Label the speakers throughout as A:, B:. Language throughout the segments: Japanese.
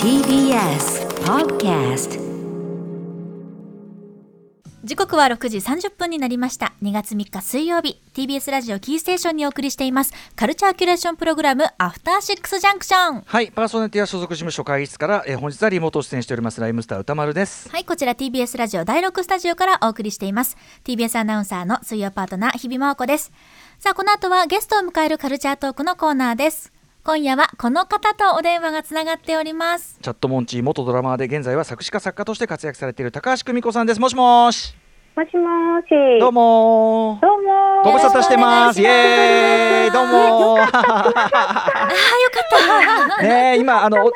A: TBS Podcast
B: 時刻は6時30分になりました。2月3日水曜日、TBS ラジオキーステーションにお送りしています。カルチャーキュレーションプログラム、アフターシックスジャンクション。
C: はい、パーソナリティは所属事務所会議室から、えー本日はリモート出演しておりますライムスター歌丸です。
B: はい、こちら TBS ラジオ第6スタジオからお送りしています。TBS アナウンサーの水曜パートナー、日比真央子です。さあ、この後はゲストを迎えるカルチャートークのコーナーです。今夜はこの方とお電話がつながっております。
C: チャットモンチー元ドラマーで現在は作詞家作家として活躍されている高橋久美子さんです。もしもーし。
D: もしもーし。
C: どうもー。
D: どうもー。
C: ご無沙汰してます。イ
B: よろしくお
C: エーイ。どうも
B: ああ、
C: ー。
B: よかった。
C: ねえ、今あの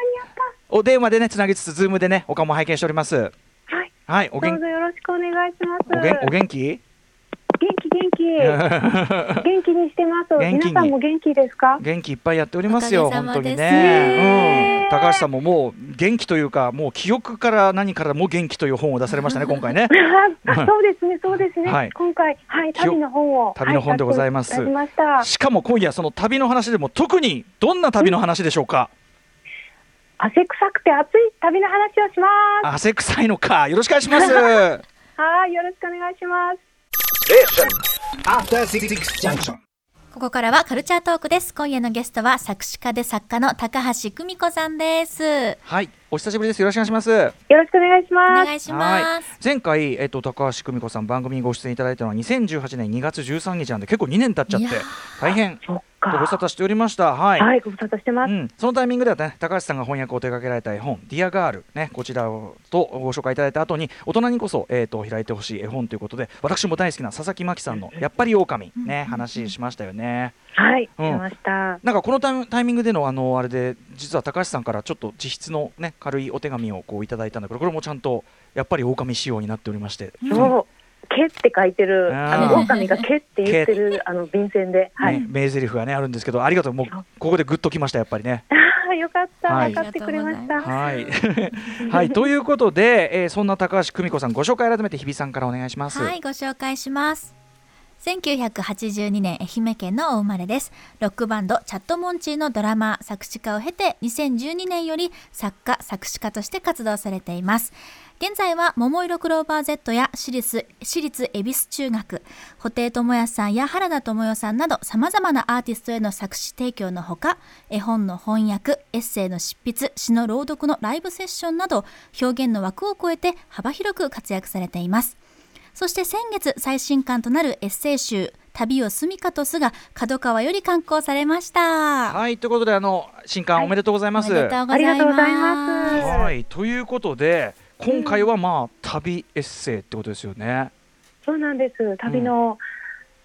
C: おお電話でねつなぎつつズームでねお顔も拝見しております。
D: はい。
C: はい、お
D: ど
C: げ
D: うんぞよろしくお願いします。
C: おげんお元気？
D: 元気元気。 元気にしてます。
C: 元気に
D: 皆さんも元気ですか
C: 元気いっぱいやっておりますよ
B: おかげさ
C: 本
B: ま
C: 当
B: で
C: に
B: す
C: ね
B: ね、
C: うん、高橋さんももう元気というかもう記憶から何からも元気という本を出され ましたね今回ね
D: あ そうですね、そうですね。
C: はい
D: 今回、はい、旅の本を。
C: 旅の本でございます
D: はい出しました。
C: しかも今夜その旅の話でも特にどんな旅の話でしょうか
D: 汗臭くて暑い旅の話をしま
C: 汗臭いのかよろしくお願いします
D: す。はい、よろしくお願いします。
E: After Six Junction.
B: ここからはカルチャートークです。今夜のゲストは作詞家で作家の高橋久美子さんです。
C: はいお久しぶりですよろしくお願いします
D: よろしくお願いし
B: お
D: ます
B: 願。いしま
C: はい
B: す。
C: 前回えっと高橋久美子さん番組にご出演いただいたのは2018年2月13日なんで結構2年経っちゃっ
B: いや
C: て大変
D: そっ
C: ご無沙
D: か。
C: 汰しておりましたはい、
D: はい、ご無沙汰してま
C: う
D: す。
C: ん、そのタイミングでは、ね、高橋さんが翻訳を手掛けられた絵本「ディアガール、ね、こちらをとご紹介いただいた後に大人にこそ、えー、と開いてほしい絵本ということで私も大好きな佐々木真希さんの「やっぱり狼ね話しましたよね。
D: はい、
C: うん
D: 出ました。
C: なんかこのタイミタイミングでのあのあれで実は高橋さんからちょっと自筆の、ね、軽いお手紙をこういただいたんだけどこれもちゃんとやっぱり狼仕様になっておりまして。
D: そう。けって書いてる、あ
C: あー
D: の狼がけって言ってる、あの便箋で。はい。
C: ね、名台詞がねあるんですけどありがとうもう
D: そう
C: ここでグッときましたやっぱりね。
D: ああ、よかった。
C: はい
D: 分かってくれまし
B: ありがとうございま
D: た。
C: はい、はい、ということで、えーそんな高橋久美子さんご紹介改めて日比さんからお願いします。
B: はい、ご紹介します。1982年愛媛県のお生まれです。ロックバンドチャットモンチーのドラマー、作詞家を経て2012年より作家、作詞家として活動されています。現在は桃色クローバー Z や私立、私立恵比寿中学、布袋寅泰さんや原田知世さんなど様々なアーティストへの作詞提供のほか、絵本の翻訳、エッセイの執筆、詩の朗読のライブセッションなど、表現の枠を超えて幅広く活躍されています。そして先月最新刊となるエッセイ集「旅を住みかとす」が角川より刊行されました。
C: はい、ということで、あの新刊おめでとうござい
B: お
C: ます。
B: めでとうござい
D: ありがとうござい
B: ま
D: ますす。
C: はい、ということで、今回はまあ、旅エッセイってことですよね。
D: そうなんです。旅の、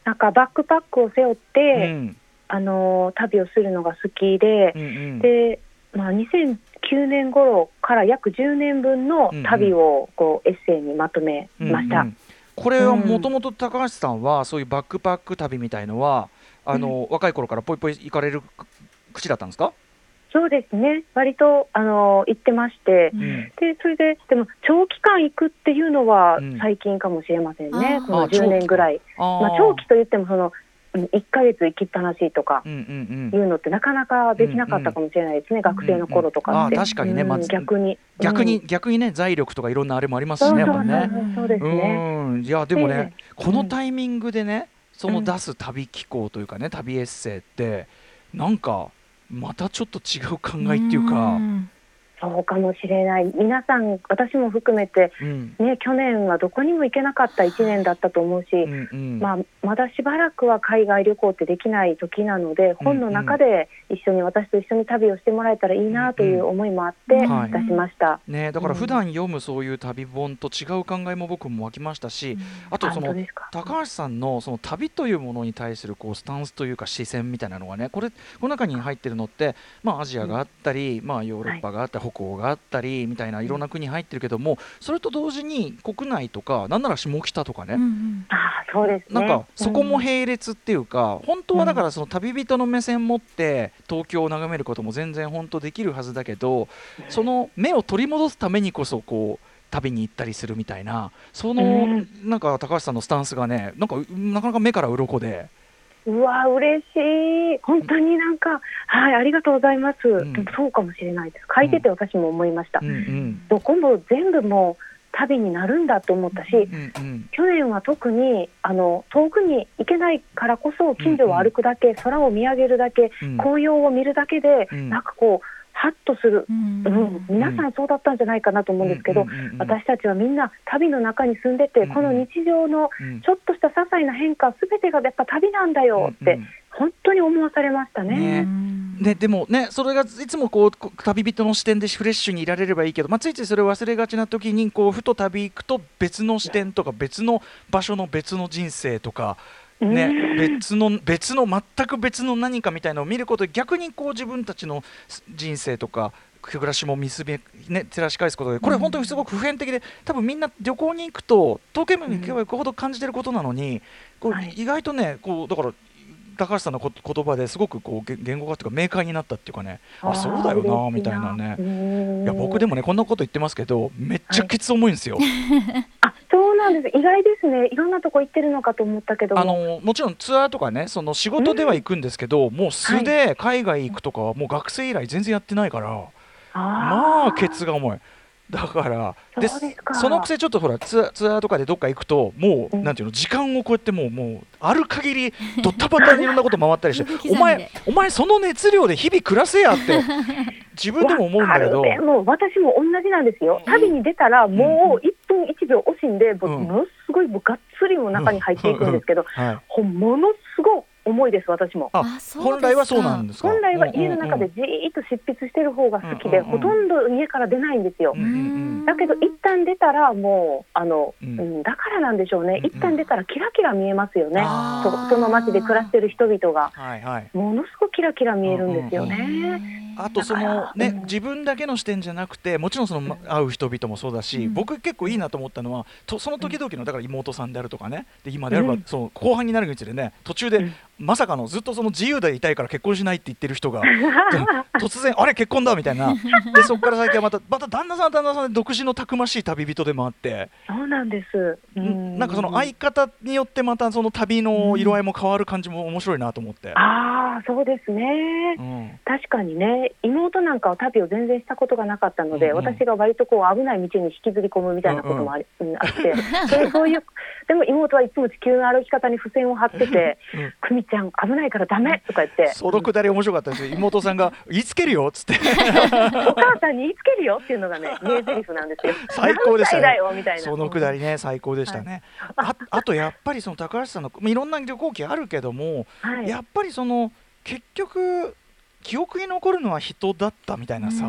D: なんかバックパックを背負って、
C: うん、
D: あの旅をするのが好きで
C: う、ん、うん。
D: で、まあ2009年頃から約10年分の旅をこうエッセイにまとめました。
C: うんうんこれはもともと高橋さんは、そういうバックパック旅みたいのは、あの、若い頃からぽいぽい行かれる口だったんですか。
D: そうですね。割とあの行ってまして。
B: う
C: うん
D: でそれででも長期間行くっていうのは
C: うん
D: 最近かもしれませんね、
B: あー
D: この10年ぐらい、
C: あ
D: まあ、長期といってもその1ヶ月行きっぱなしとか
C: うん、うん、
D: い
C: うん。
D: うのってなかなかできなかったかもしれないですね、学生の頃とかって。
C: うんうんあー確かにね
D: うん
C: まず
D: 逆に。
C: 逆に、
D: うん
C: 逆にね、財力とかいろんなあれもあります
D: そ
C: し
D: う
C: ね、やっ
D: そ
C: ぱ
D: う
C: ね。
D: そうそうですね。
C: うんいやでもね、この
D: うん
C: タイミングでねその
D: うん
C: 出す旅機構というかね旅エッセイってなんかまたちょっと違う考えっていうか、
D: そうかもしれない。皆さん、私も含めて、
C: うん
D: ね、去年はどこにも行けなかった1年だったと思うし、
C: うんうん
D: まあ、まだしばらくは海外旅行ってできない時なので、本の中で一緒に、私と一緒に旅をしてもらえたらいいなという思いもあって、
B: うん
D: 出
C: はい
D: しました。
C: ね、だから普段読むそういう旅本と違う考えも僕も湧きましたし、あと
D: あ
C: そ
D: 本当
C: の
D: ですか。
C: 高橋さんのその旅というものに対するこうスタンスというか視線みたいなのがねこれこの中に入ってるのって、まあ、アジアがあったり、まあ、ヨーロッパがあったり、北欧があったりみたいないろんな国入ってるけどもそれと同時に国内とかなんなら下北とかね、
B: うんうん
D: ああ、そうですね。
C: なんかそこも
D: うん
C: 並列っていうか、本当はだからその旅人の目線持って東京を眺めることも全然本当できるはずだけど、その目を取り戻すためにこそこう旅に行ったりするみたいなその、
D: うん
C: なんか高橋さんのスタンスがねなんかうなかなか目から鱗で
D: うわ嬉しい本当になんか、はいありがとうございます、
C: ん
D: でもそうかもしれないです書いてて私も思いました、
C: うんうん
D: どこも全部もう旅になるんだと思ったし、
C: うんうん
D: 去年は特にあの遠くに行けないからこそ近所を歩くだけ、空を見上げるだけ、
C: うん
D: 紅葉を見るだけで、
C: うん
D: なんかこうハッとする、
B: うん
D: うん、皆さんそうだったんじゃないかなと思うんですけど、
C: うんうんうんうん
D: 私たちはみんな旅の中に住んでて、
C: うんうん
D: この日常の
C: うん
D: ちょっとした些細な変化すべてがやっぱ旅なんだよって、
C: うん
D: 本当に思わされましたね。
C: ね
B: うん
C: ね、でもねそれがいつもこうこ旅人の視点でフレッシュにいられればいいけど、まあ、ついついそれを忘れがちな時にこうふと旅行くと別の視点とか別の場所の別の人生とか、ね、別の別の全く別の何かみたいなのを見ることで逆にこう自分たちの人生とか暮らしも見すべ、ね、照らし返すことでこれ本当にすごく普遍的で多分みんな旅行に行くと東京に行けば行くほど感じてることなのに、こう
D: はい
C: 意外とねこうだから高橋さんのこ言葉ですごくこうげ言語化というか明快になったっていうかねあそうだよなみたいなね。い
D: ね
C: や僕でもねこんなこと言ってますけどめっちゃケツ重いんですよ。
D: あそうなんです意外ですねいろんなとこ行ってるのかと思ったけども
C: あのもちろんツアーとかねその仕事では行くんですけど、もう素で海外行くとかはもう学生以来全然やってないから、ま
D: あ
C: あケツが重い。だから
D: そうですか
C: そのくせちょっとほらツアーツアーとかでどっか行くともう、
D: うん
C: なんていうの時間をこうやってもうもうある限りドッタバタにいろんなこと回った りし
B: 刻ん
C: て
B: で
C: お前お前その熱量で日々暮らせやって自分でも思うんだけど
D: わかるでも私も同じなんですよ旅に出たらもう1分1秒惜しんで、もう
C: うん
D: ものすごいもうがっつりもう中に入っていくんですけど、
C: はい、
D: ほんものすごい重いです私も。
C: あ
B: あそうですか
C: 本来はそうなんですか
D: 本来は家の中
C: う
D: で
C: ん
D: じーっと執筆してる方が好きで、
C: うんうんうん
D: ほとんど家から出ないんですよ。
C: うんうん
D: だけど一旦出たらもうあの、
C: うん
D: うんだからなんでしょう
C: う
D: ね
C: んうん
D: 一旦出たらキラキラ見えますよね、
C: あ
B: ー
D: そその街で暮らしてる人々が
C: はいはい
D: ものすごくキラキラ見えるんですよね。
C: あとその
D: だから
C: ね、
D: うん
C: 自分だけの視点じゃなくてもちろんそのま会う人々もそうだし、
B: うん
C: 僕結構いいなと思ったのはとその時々のだから妹さんであるとかねで今であれば、
D: うん
C: その後半になるにつれね途中で、
D: うん
C: まさかのずっとその自由でいたいから結婚しないって言ってる 人が突然あれ結婚だみたいなでそこから先はまたまた旦那さんは旦那さんで独自のたくましい旅人でもあって、
D: そうなんです、うん
C: なんかその相方によってまたその旅の色合いも変わる感じも面白いなと思って。
D: ああそうですね、
C: うん
D: 確かにね妹なんかは旅を全然したことがなかったので、
C: うんうん
D: 私が割とこう危ない道に引きずり込むみたいなこともあり、うんあってでそういうでも妹はいつも地球の歩き方に付箋を貼ってて
C: うん
D: 「久美ちゃん危ないからダメ」とか言って
C: そのくだり面白かったですよ妹さん が「言いつけるよ」っつって。
D: 「お母さんに言いつけるよ」っていうのがね名台詞なんですよ
C: 最高でしたね
D: 何歳だよみたいな
C: そのくだりね最高でしたね。あ あとやっぱりその高橋さんのまあいろんな旅行記あるけども、
D: はい
C: やっぱりその結局記憶に残るのは人だったみたいなさ、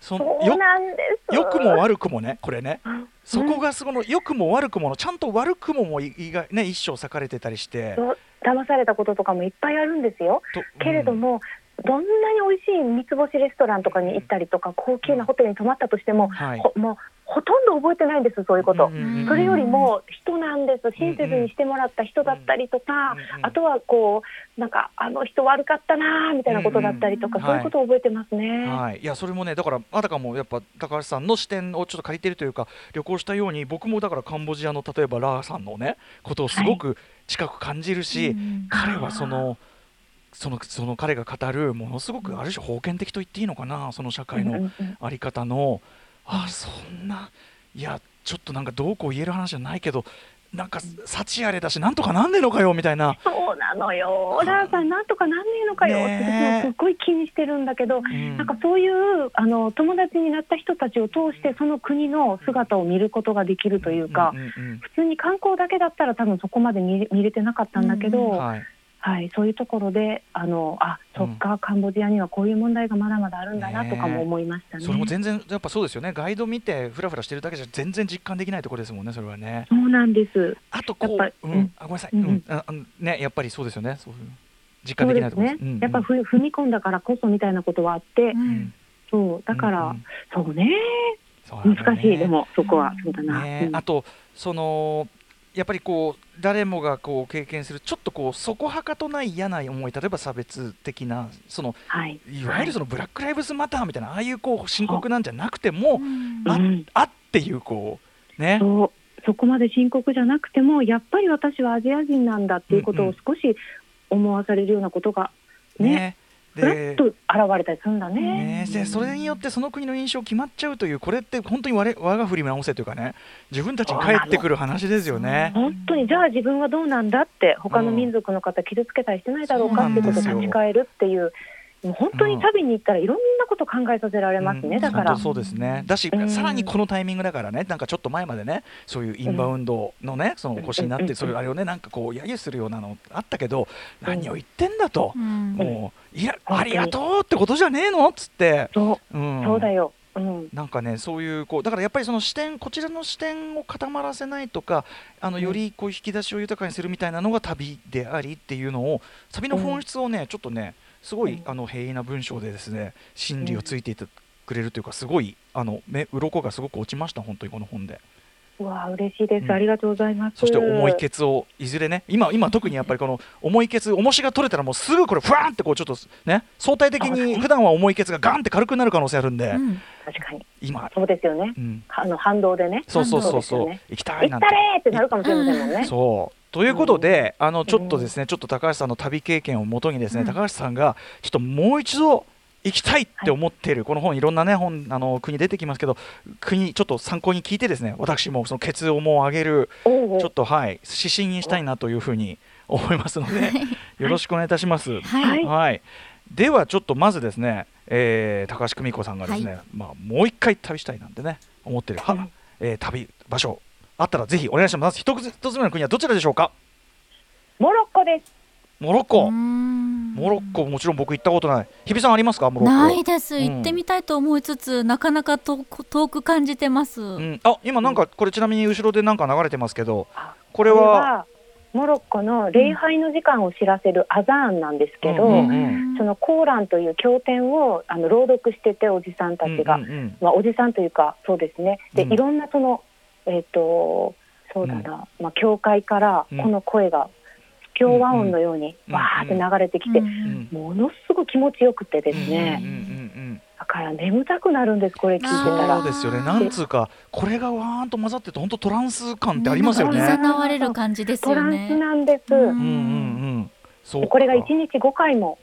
C: その
D: そう
C: よ
D: なんです
C: 良くも悪くもねこれねそこがそこの良くも悪くものちゃんと悪くももい意外ね一生裂かれてたりして。
D: そう騙されたこととかもいっぱいあるんですよ。
C: と
D: けれど、
C: うん
D: も、どんなに美味しい三つ星レストランとかに行ったりとか、高級なホテルに泊まったとしても、
C: はい
D: ほもうほとんど覚えてないんです、そういうこと。
C: うんうんうん
D: それよりも人なんです、親切にしてもらった人だったりと
C: う
D: か、
C: んうん
D: あとはこう、なんか、あの人悪かったなーみたいなことだったりとか、
C: うんうん
D: そういうことを覚えてますね。
C: はい、いやそれもねだからあたかもやっぱ高橋さんの視点をちょっと借りてるというか旅行したように僕もだからカンボジアの例えばラーさんのねことをすごく近く感じるし、彼はそのそのその彼が語るものすごくある種封建的と言っていいのかなその社会
D: うんう
C: の
D: んうん
C: あり方の、あそんないやちょっとなんかどうこう言える話じゃないけどなんか幸あれだしなんとかなんねえのかよみたいな。
D: そうなのよ、ラーさん、なんとかなんねえのかよ、
C: ね
D: 私
C: え
D: もすっごい気にしてるんだけど、
C: うん
D: なんかそういうあの友達になった人たちを通してその国の姿を見ることができるというか、
C: んうん
D: 普通に観光だけだったら多分そこまで見見れてなかったんだけど、
B: う
C: うん
D: はい
C: はい
D: そういうところであのあそっか、カンボジアにはこういう問題がまだまだあるんだな
C: ねえ
D: とかも思いましたね。
C: それも全然やっぱそうですよねガイド見てフラフラしてるだけじゃ全然実感できないところですもんねそれはね
D: そうなんです。
C: あとこ
D: やっ
C: う、
D: ぱ
C: う
D: うんん、
C: あごめんなさい、う
D: うんん
C: ああのねやっぱりそうですよねそういう実
D: そ
C: 感
D: う
C: でき
D: で
C: ない
D: す
C: ところ
D: ね。やっぱふ踏み込んだからこそみたいなことはあって、
C: うん
D: そうだから、
C: うんうん
D: そうね
C: そうなんだよね
D: 難しい、でもそこはそうだな。
C: ね
D: うん
C: あとそのやっぱりこう誰もがこう経験するちょっとこうそこはかとない嫌な思い例えば差別的なその
D: はい。
C: いわゆるそのブラック・ライブズ・マターみたいなああいうこう深刻なんじゃなくても、
D: う
C: あ
D: ん
C: あっていうこうね
D: そうそこまで深刻じゃなくてもやっぱり私はアジア人なんだっていうことを少し思わされるようなことがねふらっ
C: で
D: と現れたりするんだね。
C: ねでそれによってその国の印象決まっちゃうというこれって本当に我我が振り直せというかね自分たちに返ってくる話ですよね。
D: 本当にじゃあ自分はどうなんだって他の民族の方傷つけたりしてないだろうかってことを立ち返るっていう。もう本当に旅に行ったらいろんなこと考えさせられますね、
C: うん
D: だから
C: 本当そうですねだし、
D: うん
C: さらにこのタイミングだからねなんかちょっと前までねそういうインバウンドのねそのお越しになっ
D: うん
C: てそれあれをねなんかこう揶揄するようなのあったけど何を言ってんだと、
B: うん
C: もういや
D: うん
C: ありがとうってことじゃねえのっつって、
D: そうう,、
C: ん、
D: そうだよ、うん、
C: なんかねそういうこうだからやっぱりその視点こちらの視点を固まらせないとかあのよりこう引き出しを豊かにするみたいなのが旅でありっていうのをサビの本質をね、ちょっとねすごい、
D: うん
C: あの平易な文章でですね真理をついていてくれるというかすごいあの目鱗がすごく落ちました本当にこの本で
D: うわ嬉しいです、
C: うん
D: ありがとうございます
C: そして重いケツをいずれね今今特にやっぱりこの重いケツ重しが取れたらもうすぐこれふわーんってこうちょっとね相対的に普段は重いケツがガンって軽くなる可能性あるんで、
B: うん
D: 確かに
C: 今、
D: そうですよね
C: うん、
D: あの反動でね
C: そうそうそう
D: 反
C: そ
D: 動
C: う
D: ですよね
C: 行きたいな
D: 行っ
C: んて
D: た。れーってなるかもしれませんもんね、
C: そうということで、あのちょっとですね、ちょっと高橋さんの旅経験をもとにですね、
B: うん
C: 高橋さんがちょっともう一度行きたいって思っている、この本いろんなね本あの国出てきますけど国ちょっと参考に聞いてですね私もその血をもう上げる
D: おうおう
C: ちょっとはい指針にしたいなというふうに思いますのでよろしくお願いいたします。
B: はい
C: はい、ではちょっとまずですね、えー高橋久美子さんがですね、まあ、もう一回旅したいなんてね思ってる、は
D: うん
C: えー旅場所あったらぜひお願いします一つ一つ目の国はどちらでしょうか
D: モロッコです
C: モロッ
B: う
C: コ
B: ーん
C: モロッコもちろん僕行ったことない日比さんありますかモロッコ
B: ないです
C: うん
B: 行ってみたいと思いつつ、なかなか遠く遠く感じてます、
C: うん、あ今なんかこれちなみに後ろでなんか流れてますけど
D: あ
C: こ
D: こ
C: れは
D: モロッコの礼拝の時間を知らせるアザーンなんですけど、
C: うんうん
D: そのコーランという経典をあの朗読してておじさんたちが、
C: うんうんうん
D: まあ、おじさんというかそうですねで、
C: うん
D: いろんなそのえっ、とそうだな、まあ、教会から
C: うん
D: この声が不協和音のように
C: うん
D: わーって流れてきて、
C: うん
D: ものすごく気持ちよくてです
C: う
D: ね、
C: んうんうんうん
D: だから眠たくなるんですこれ聞いてた
C: そ
D: ら
C: う
B: あ。
C: ですよねなんつうかこれがわーんと混ざってて本当トランス感ってありますよね
B: なんか誘われる感じです
D: ト
B: よ
D: ランス
B: ね。
D: なんで
B: う
D: す、
B: ん
C: うんうんうんそうか
D: これが1日5回も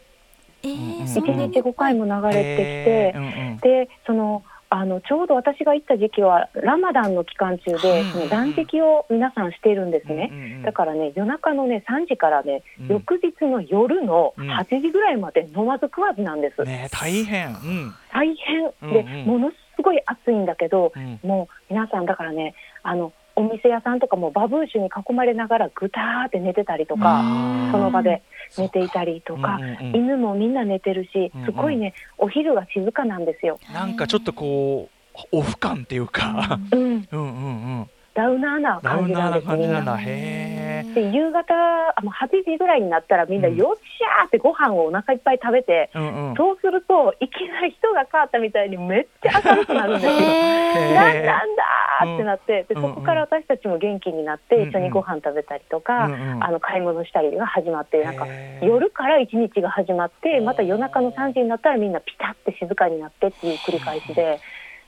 B: え
C: う
B: ー、
C: ん
B: そ
D: 1
B: んな
D: 日
B: に
D: 5回も流れてきて、
C: へーうんうん
D: でそのあのちょうど私が行った時期はラマダンの期間中
C: う
D: で
C: ん
D: その断食を皆さんしているんです
C: う
D: ね。
C: んうんうん
D: だからね夜中のね3時からね、
C: うん
D: 翌日の夜の
C: うん
D: 8時ぐらいまで飲まず食わずなんです、
C: ね大変うん
D: 大変で、
C: うんうん
D: ものすごい暑いんだけど
C: うん
D: もう皆さんだからねあのお店屋さんとかもバブーシュに囲まれながらぐたーって寝てたりとか、
C: うん
D: その場で
C: そう
D: 寝ていたりとか
C: うんうんうん
D: 犬もみんな寝てるし
C: うんうん
D: すごいねお昼が静かなんですよ。
C: なんかちょっとこうオフ感っていうか
D: うん
C: うんうんうん
D: ダウナー
C: ラ
D: な
C: ウ
D: 感じ
C: ナーな
D: なんですよ
C: 感
D: み
C: じ
D: ん
C: なん
D: な。
C: だへ
D: で夕方あもう8時ぐらいになったらみんな
C: うん
D: よっしゃーってご飯をお腹いっぱい食べて、
C: ーうんうん
D: そうするといきなり人が変わったみたいにめっちゃ明るくなる んですよ。
B: へー
D: なんなんだーってなって、
C: うん
D: でそこから私たちも元気になって
C: うん
D: 一緒にご飯食べたりと
C: う
D: か、
C: んうん
D: あの買い物したりが始まってなんか
C: へー
D: 夜から一日が始まってまた夜中の3時になったらみんなピタって静かになってっていう繰り返しで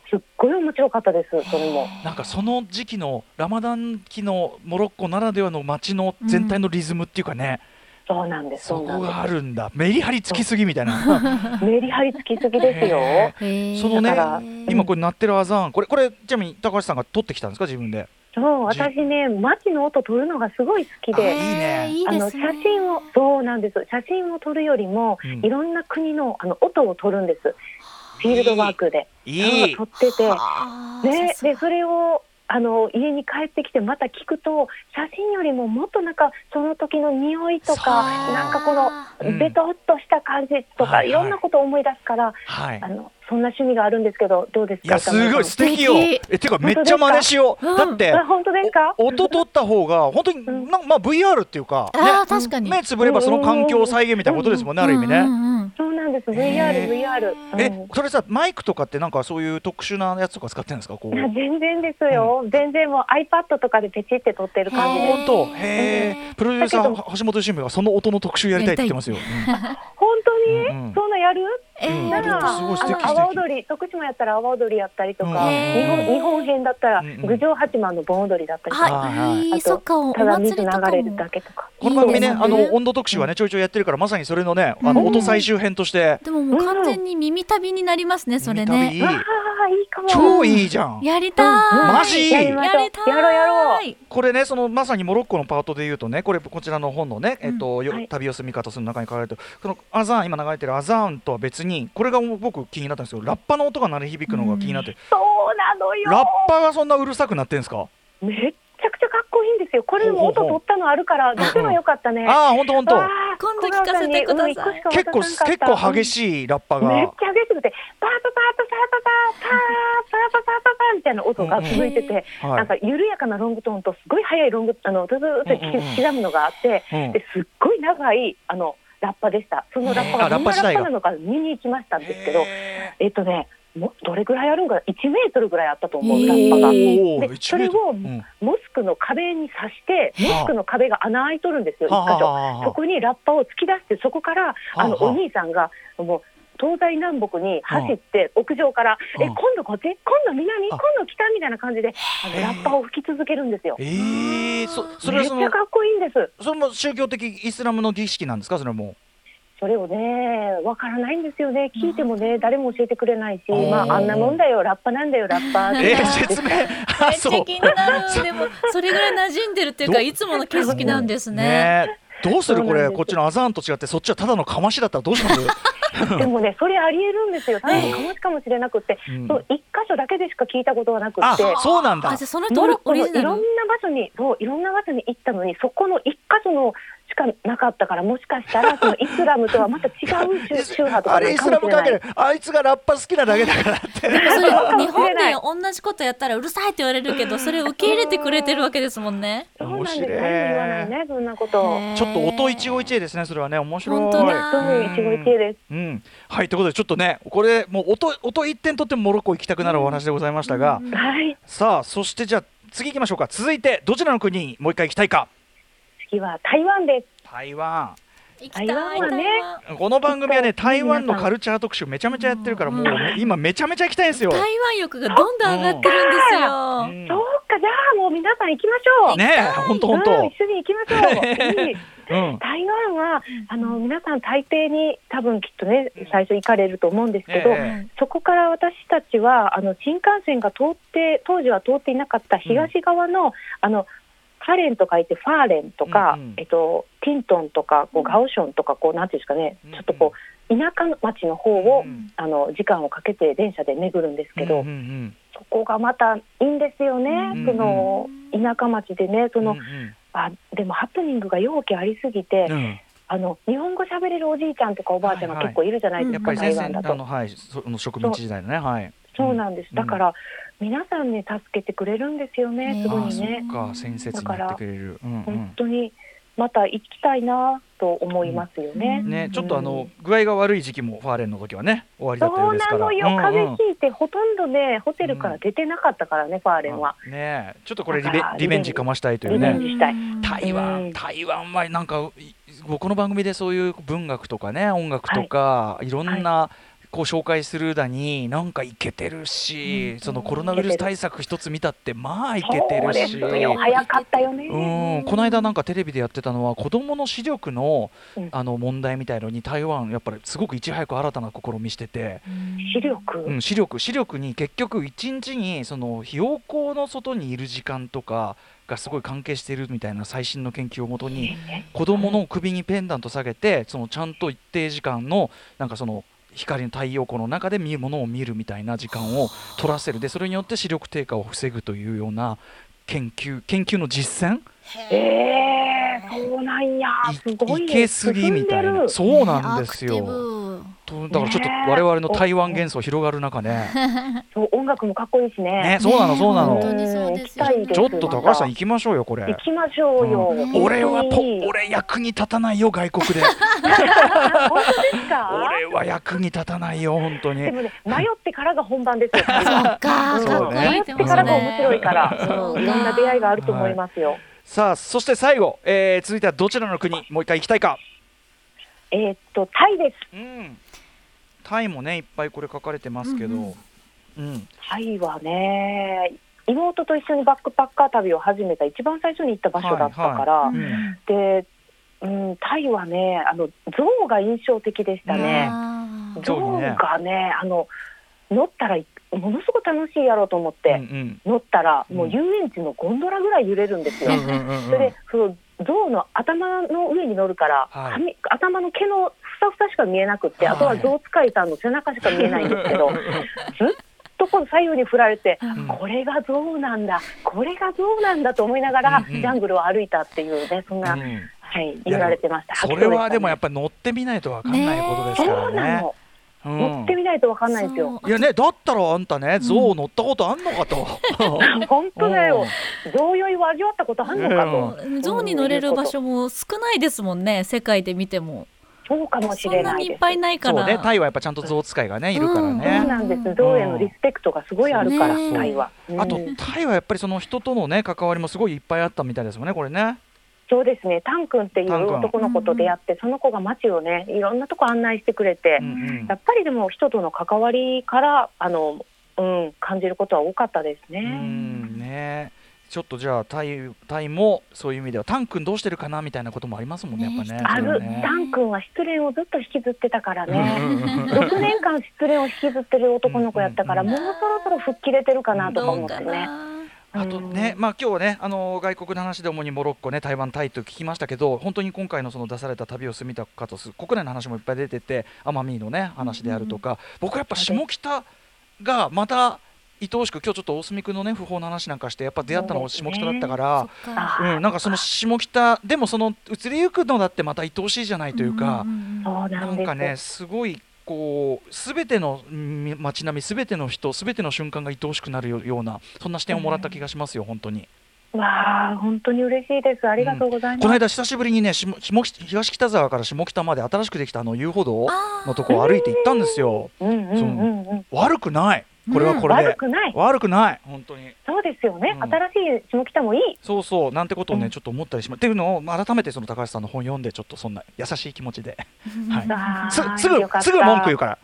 D: すっごい面白かったですそれも。
C: なんかその時期のラマダン期のモロッコならではの街の全体のリズムっていうかね
D: そうなんです
C: そ
D: そうなん
C: こ
D: です
C: があるんだメリハリつきすぎみたいな
D: メリハリつきすぎです よ。
C: へ
B: へー
C: そのね
D: だから
C: 今これ鳴ってるアザーンこれこれちなみに高橋さんが撮ってきたんですか自分で
D: そう
C: じ
D: 私ね街の音撮るのがすごい好き
C: あ
D: で。
C: ね
B: へーいい
D: あ
B: で
D: の
B: す
D: 写
B: ね。
D: 真をそうなんです写真を撮るよりも、
C: うん
D: いろんな国のあの音を撮るんですフィールドワークで
C: いい
D: そう撮ってて、
B: あー
D: ね、
B: そうそ
D: で
B: う
D: それをあの家に帰ってきてまた聞くと写真よりももっとなんかその時の匂い
C: そ
D: と
C: う
D: かなんかこの
B: あ
C: うん
D: ベトっとした感じとか、
C: はいはい
D: いろんなことを思い出すから、
C: はい
D: あのそんな趣味があるんですけどどうですか
C: いやすごい
D: 歌
C: 素敵よ
B: 素敵
C: えてかめっちゃ真似しよう、
B: うん
C: だって
D: 丸さんあ本当ですか
C: お音取った方が本当に
D: ん
C: なんかまあ VR っていうか、
B: ーあー確かに。
C: ね、目つぶればその環境を再現みたいなことですもんね、ある意味ね、
B: うんうんうん
D: そうなんです。
C: へー
D: VR、VR。うん
C: えそれさマイクとかってなんかそういう特殊なやつとか使ってるんですかこ
D: いや
C: う
D: 全然ですよ。全然もう iPad とかでペチって撮ってる感じ
B: へ
D: で
B: ー
D: す。
C: 本当へえプロデューサー
D: だけ
C: は橋本新聞がその音の特集やりたいって言ってますよ、
D: 本当に、
C: うんうん
D: そんなやる？
B: えー、や
D: た
B: り
D: ら、
B: たい
C: すごい素
D: あ
C: 敵
D: の、
C: 素
D: 阿波
C: 敵
D: 踊り、徳島やったら阿波踊りやったりと
C: うん
D: か、
B: へ
D: 日
B: ー
D: 本日本編だったら、
C: うんうん
D: 郡上八幡の盆踊りだったりとか、
B: あ、
C: はい
B: い、
D: はいい
B: そっか、お
D: ただ
B: 祭り
D: 水
B: と
D: 流
B: か
D: れるだ
B: も。
D: けとか。
C: この番組ね、あ
B: いいです
C: の
B: ね
C: 温度特集はね、ちょいちょいやってるから、まさにそれのね、あ
B: う
C: の
B: ん
C: 音最終編として。
B: でももう完全に耳旅になりますね、それね。
C: 耳旅い
D: あ
C: い
D: あ、いいかも。
C: 超いいじゃん。
B: やりたい、
C: マジ
D: やりましょう
B: やりたい
D: やろうやろう。
C: これね、そのまさにモロッコのパートで言うとね、これこちらの本のね、えっと、よ
D: はい
C: 旅を住み方する中に書かれてる。このアザーン、今流れてるアザーンとは別に、これが僕気になったんですよ。ラッパの音が鳴り響くのが気になって。
D: そうなのよ。
C: ラッパがそんなうるさくなってんですか。
D: めっちゃくちゃかっこいいんですよ。これも音取ったのあるから、どっちもよかったね。
C: ああ、本当本当。
D: わあ
B: 今度聞かせてください
D: 小川さんに
C: 結構結構激
D: い。
C: しいラッパ
D: めっ
C: が。
D: ちゃ激しくて、パーパーパーパーパーパーパーパーパーパーパーパーみたいな音が続いてて、
C: うんうん
D: なんか緩やかなロングトーンとすごい速いロングあのずずずっと
C: うんうんうん
D: 刻むのがあって、
C: うん
D: ですっごい長いあのラッパでした。そのラ
C: へ
D: ッパ
C: ーあラ
D: がど
C: ッ
D: ん
C: パ
D: な
C: 自
D: ラ
C: 体
D: ッ
C: が
D: パなのか見に行きましたんですけど、
C: へ
D: えっとね、もうどれぐらいあるんかな、1メートルぐらいあったと思
B: へ
D: う
B: ー
D: ラッパが。
C: ーおー
D: で
C: 一
D: そ
C: メ
D: れ
C: ート
D: を
C: ルうん
D: モスクの壁に刺して、
C: はあ
D: モスクの壁が穴開いとるんですよ、
C: はあ
D: 一
C: はあ
D: 箇所。
C: はあはあ
D: そこにラッパを突き出して、そこからあの
C: はあはあ
D: お兄さんがもう東西南北に走って、屋上から、
C: うん
D: え、今度こっち、今度南、
C: あ
D: 今度北みたいな感じで、あの
C: へえ
D: ラッパを吹き続けるんですよ。
C: ええ、そそれ
D: め
C: は
D: っち
C: そ
D: ゃ
C: の
D: かっこいいんです。
C: それも宗教的イスラムの儀式なんですかそれも。
D: それをね、わからないんですよね。聞いてもね、誰も教えてくれないし、
C: うん
D: まあ、あんなもんだよ、ラッパなんだよ、ラッパっ て。
C: えー、説明。あ
B: めっち
C: そ
B: ゃ
C: う
B: 気。になる。でも、それぐらい馴染んでるっていうか、
C: ど
B: いつもの景色なんですね。
C: ねえどうする
D: そう
C: こ
D: なんで
C: れ
D: す
C: こっちのアザーンと違ってそっちはただのかましだったらどうし ます、
D: でもね、それありえるんですよ。単にかもしかもしれなくって、
C: うん
D: そう一箇所だけでしか聞いたことがなく
C: あ
D: って。
C: そうなん
B: あ、
C: だ
B: じゃあその人
D: モロッ
B: オ
D: コ
B: リ
D: の
B: ジ
D: い
B: ナ
D: ろんな
B: ル。
D: 場所に、そう、いろんな場所に行ったのに、そこの一箇所のしかなかったから、もしかし たら、そのイスラムとはまた違う宗宗派と
C: あ
D: かな
C: れ
D: の
C: イ
D: か
C: ス
D: も
C: ラ
D: し
C: ム
D: れ
C: 関係
D: な。
C: ないいあいつがラッパ好きなだけだからって
B: でもそれ
D: かもし
B: 日本
D: れない
B: で同じことやったらうるさいって言われるけどそれを受け入れてくれてるわけですもんね。
D: そうなんです。
C: 面白い
D: 何も言わないね、そんなこと。
B: へー
C: ちょっと音一期一会ですねそれはね面白い
B: 本当だ
D: そういう一期一会です。
C: うん、はいということでちょっとねこれもう音音一点とってもモロッコ行きたくなるお話でございましたが、
D: はい、
C: さあそしてじゃあ次行きましょうか続いてどちらの国にもう一回行きたいか
D: 次は台湾です。
C: 台湾
B: 行きたい
D: 台湾はね
B: 台湾
C: この番組はね
D: きっとね
C: 台湾のカルチャー特集めちゃめちゃやってるから
B: うん
C: もうね今めちゃめちゃ行きたいんですよ、
B: 台湾欲がどんどん上がってるんですよ。
C: うん
D: そうか、じゃあ、もう皆さん行きましょう。
C: ねえ本当
D: うん
C: 本当
D: 一緒に行きましょ う。いい
C: うん
D: 台湾はあの皆さん台北に多分きっとね最初行かれると思うんですけど、
C: ええ
D: そこから私たちはあの新幹線が通って当時は通っていなかった東側の、あのカレンとかいてファーレンとか、
C: うんうん
D: えっとティントンとかこうガオションとかこうなんていうんですかね、
C: うん
D: ちょっとこう田舎の町の方を、
C: うん
D: あの時間をかけて電車で巡るんですけど、
C: うんうん
D: そこがまたいいんですよね、
C: んうん
D: その田舎町でねそ
C: うん
D: の、
C: うん
D: あでもハプニングが容器ありすぎて。
C: うん
D: あの日本語喋れるおじいちゃんとかおばあちゃんが
C: はいはい
D: 結構いるじゃないで
C: やっぱ
D: すか、
C: り先
D: 台湾
C: 生
D: だ
C: あ
D: と
C: の。はいその植民地時代のねはい
D: そう
C: で
D: なんです。
C: うん
D: だから、皆さんね助けてくれるんですよ
B: ね
C: す
D: ね。す
C: あ
D: ご
C: あ
D: い
C: そ
D: ね
C: っ。か先節になってくれるうんう
D: 本
C: ん
D: 当にまた行きたいなと思いますよね。
B: うん
C: ねちょっとあの具合が悪い時期もファーレンの時はね終わりだ
D: そ
C: ったよう
D: う
C: ですか
D: な
C: ら
D: のよ、
C: うんうん
D: 風邪ひいて、ほとんどね、ホテルから出てなかったからね、ファーレンは。
C: うんねえちょっとこれリベ
D: だから
C: リベンジかましたいという
D: リベン
C: ね
D: ジしたい
B: うん
C: 台
D: う
C: 湾
D: ん
C: 台湾はなんかい僕の番組でそういう文学とかね音楽とか、い、ろんな、こう紹介するだになんかいけてるし、そのコロナウイルス対策一つ見たってまあいけて
D: そう
C: る
D: で
C: し
D: すよ、早かったよね。
C: うん、この間なんかテレビでやってたのは子どもの視力の,、
D: うん
C: あの問題みたいのに台湾やっぱりすごくいち早く新たな試みしてて、
D: 視力、
C: うん、視力視力に結局1日にそのひよこの外にいる時間とかがすごい関係してるみたいな最新の研究をもとに子どもの首にペンダント下げてそのちゃんと一定時間のなんかその光の太陽光の中で見るものを見るみたいな時間を取らせるでそれによって視力低下を防ぐというような研究研究の実践
D: えー、そうなんや、すごい
C: い
D: ね。
C: けすぎみたい
D: 進んで
C: な
D: る
C: そうなんです
B: アクテ
C: よ
B: ィブ
C: とだからちょっと我々の台湾幻想広がる中ね
D: そう音楽もかっこいいし
C: ねそうなのそうな
B: 本当
C: の
B: にそうです
D: うん行きたいで
C: ち
D: す
C: ょっと高橋さん行きましょうよこれ
D: 行きましょうよ。
B: うん
C: 俺はポ
D: いい
C: 俺役に立たないよ外国で
D: あ本当ですか。
C: 俺は役に立たないよ本当
D: で
C: に
D: もね、迷ってからが本 番ですよ。
B: そうか、
D: うん
B: かっこいい
D: 迷ってからが面白いから、
B: そうか
D: いろんな出会いがあると思いますよ。
C: さあそして最後、えー続いてはどちらの国もう一回行きたいか
D: えーっと、タイです。
C: うんタイもねいっぱいこれ書かれてますけど、
B: う
C: うんん
D: タイはね妹と一緒にバックパッカー旅を始めた一番最初に行った場所だったから、
C: い
B: うん
D: で、うん、タイはねあの象が印象的でしたね。
B: あー
C: 象
D: 象
C: ね
D: がねあの乗ったらものすごく楽しいやろうと思っ
C: う
D: て、
C: ん
D: 乗ったら
C: うん
D: もう遊園地のゴンドラぐらい揺れるんです
C: う
D: よ。
C: んうんうんうんうん
D: それでその象の頭の上に乗るから、
C: はい
D: 髪頭の毛のふさふさしか見えなくって、
C: はい
D: あとは象使いさんの背中しか見えないんです けどずっとこの左右に振られて、
B: うん
D: これが象なんだこれが象なんだと思いながら、
C: うんうん
D: ジャングルを歩いたっていうねそんな、
C: うん
D: はい、言われてました。
C: それはでもやっ
D: ぱ
C: ぱ乗ってみないとわかんないことですか
D: そうな
C: らね
D: の、。乗ってみないとわかんないんですよ。
C: うんいやねだったらあんたね象乗ったことあんのかと。。
D: 本当だよ同酔いを味わったことあるのかと。
B: そう象に乗れる場所も少ないですもんね世界で見ても
D: そうかもし
B: そ
D: れ
B: んな
D: ない
B: にい
D: で
B: っ
D: す。
B: ぱいないか
C: そう
B: ら
C: ねタイはやっぱちゃんと象使いがねいるから
D: そ
C: ね
D: う。なんで
B: うん
D: す。象へのリスペクトがすごいあるから、
B: ねえ
D: タイは。うん
C: あとタイはやっぱりその人とのね関わりもすごいいっぱいあったみたいですもんねこれね。
D: そうですね。タン君っていう
C: タン君
D: 男の子と出会って、その子が街をね、いろんなとこ案内してくれて
C: う、ん
D: やっぱりでも人との関わりからあの、うん、感じることは多かったです
C: うんう
D: ね。
C: んねちょっとじゃあタイタイもそういう意味ではタン君どうしてるかなみたいなこともありますもんねやっぱね。
B: ね
D: あ
C: それは
D: る
C: ね
D: タン君は失恋をずっと引きずってたからね。
C: うんうんうん
D: 6年間失恋を引きずってる男の子やったから、
C: うん
D: もうそろそろ吹っ切れてるかなとか
B: ど
D: 思
B: う
D: って
B: か
D: ね。
B: な
C: あとね、まあ今日はね、あの外国の話で主にモロッコね、台湾、タイと聞きましたけど、本当に今回のその出された旅を住みたかとする国内の話もいっぱい出てて、奄美のね話であるとか、僕やっぱ下北がまた愛おしく、今日ちょっと大隅君のね不法の話なんかして、やっぱ出会ったのも下北だったから、
B: そっか
D: あ
C: うん、なんかその下北でもその移りゆくのだってまた愛おしいじゃないというか。
B: んんうん
D: そうな
C: なんん
D: です。
C: かね、すごいこう、すべてのうん街並み、すべての人、すべての瞬間が愛おしくなるよような、そんな視点をもらった気がしますよ、本当に。
D: わあ、本当に嬉しいです。ありがとうございます。
C: この間、久しぶりにね、下下東北沢から下北まで新しくできたあの遊歩道
B: あー
C: のとこを歩いて行ったんですよ。
D: うんうんうんうん。
C: 悪くない、これはこれ
D: 悪
C: で。
D: くない。
C: 悪くない、本当に。
D: そうですよね。
C: うん
D: 新しい下北もいい。
C: そうそう、なんてことを
D: う
C: ね、
D: ん
C: ちょっと思ったりしまっていうのを、まあ改めてその高橋さんの本読んで、ちょっとそんな優しい気持ちで。はい
D: あ
C: す
D: ー
C: すぐ
D: よかった
C: すぐ文句言うか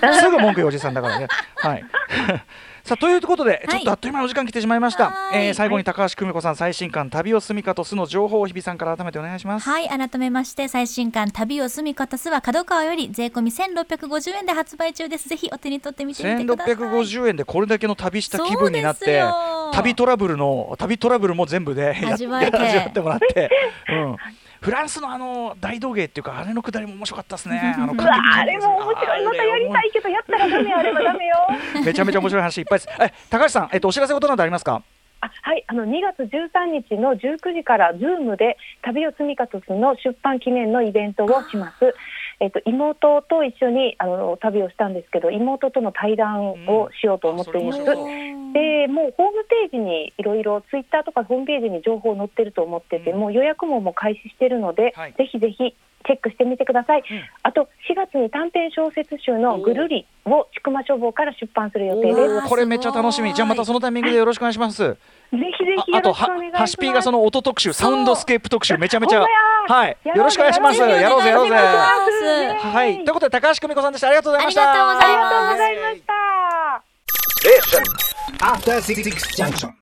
C: らすぐ文句言うおじさんだからね。はい、 さあということで、ちょっとあっという間にお時間来てしまいました
B: は、ーい
C: えー最後に高橋久美子さん最新刊「旅を住みかとす」の情報を日比さんから改めてお願いします。
B: はい改めまして最新刊「旅を住みかとす」は角川より税込み1650円で発売中ですぜひお手に取ってみてみてください
C: 1650円でこれだけの旅した気分になっ
B: そうです
C: て
B: よ
C: 旅トラブルの旅トラブルも全部でや
B: 味わえて
C: や味わってもらって、うん、フランスのあの大道芸っていうかあれのくだりも面白かったですね。あの
D: うわあ、あれも面白い。またやりたいけど、やったらダメ、あれはダメよ。
C: めちゃめちゃ面白い話いっぱいです。え高橋さん、えっと、お知らせことなんてありますか
D: あはい、あの2月13日の19時から、ズームで旅を積み重ねの出版記念のイベントをします。えっと、妹と一緒にあの旅をしたんですけど、妹との対談をしようと思っています。
C: うんあそれ面白い
D: でもうホームページにいろいろツイッターとかホームページに情報載ってると思ってて、
C: うん
D: もう予約ももう開始してるので、
C: はい
D: ぜひぜひチェックしてみてください、
C: ん
D: あと4月に短編小説集の「ぐるり」を千曲書房から出版する予定で
B: う
D: す
B: わー
C: これめっちゃ楽し
B: すご
C: み。
B: い
C: じゃあまたそのタイミングでよろしくお願いします。
D: ぜひぜ
C: あ
D: ひ
C: あ
D: よ
C: と
D: ろしくお
C: は
D: 願いします
C: ハシピーがその音特集、サウンドスケープ特集めちゃめちゃ
D: ほんまや
C: はい
D: やろう
C: よろしくお願いします。
D: やろう
C: やろうぜやろうぜ。
B: やろうぜ
C: はいということで高橋久美子さんでした。ありがとうございました。
B: ありがとうございます
D: ありがとうございました
E: Station. After Six Junction.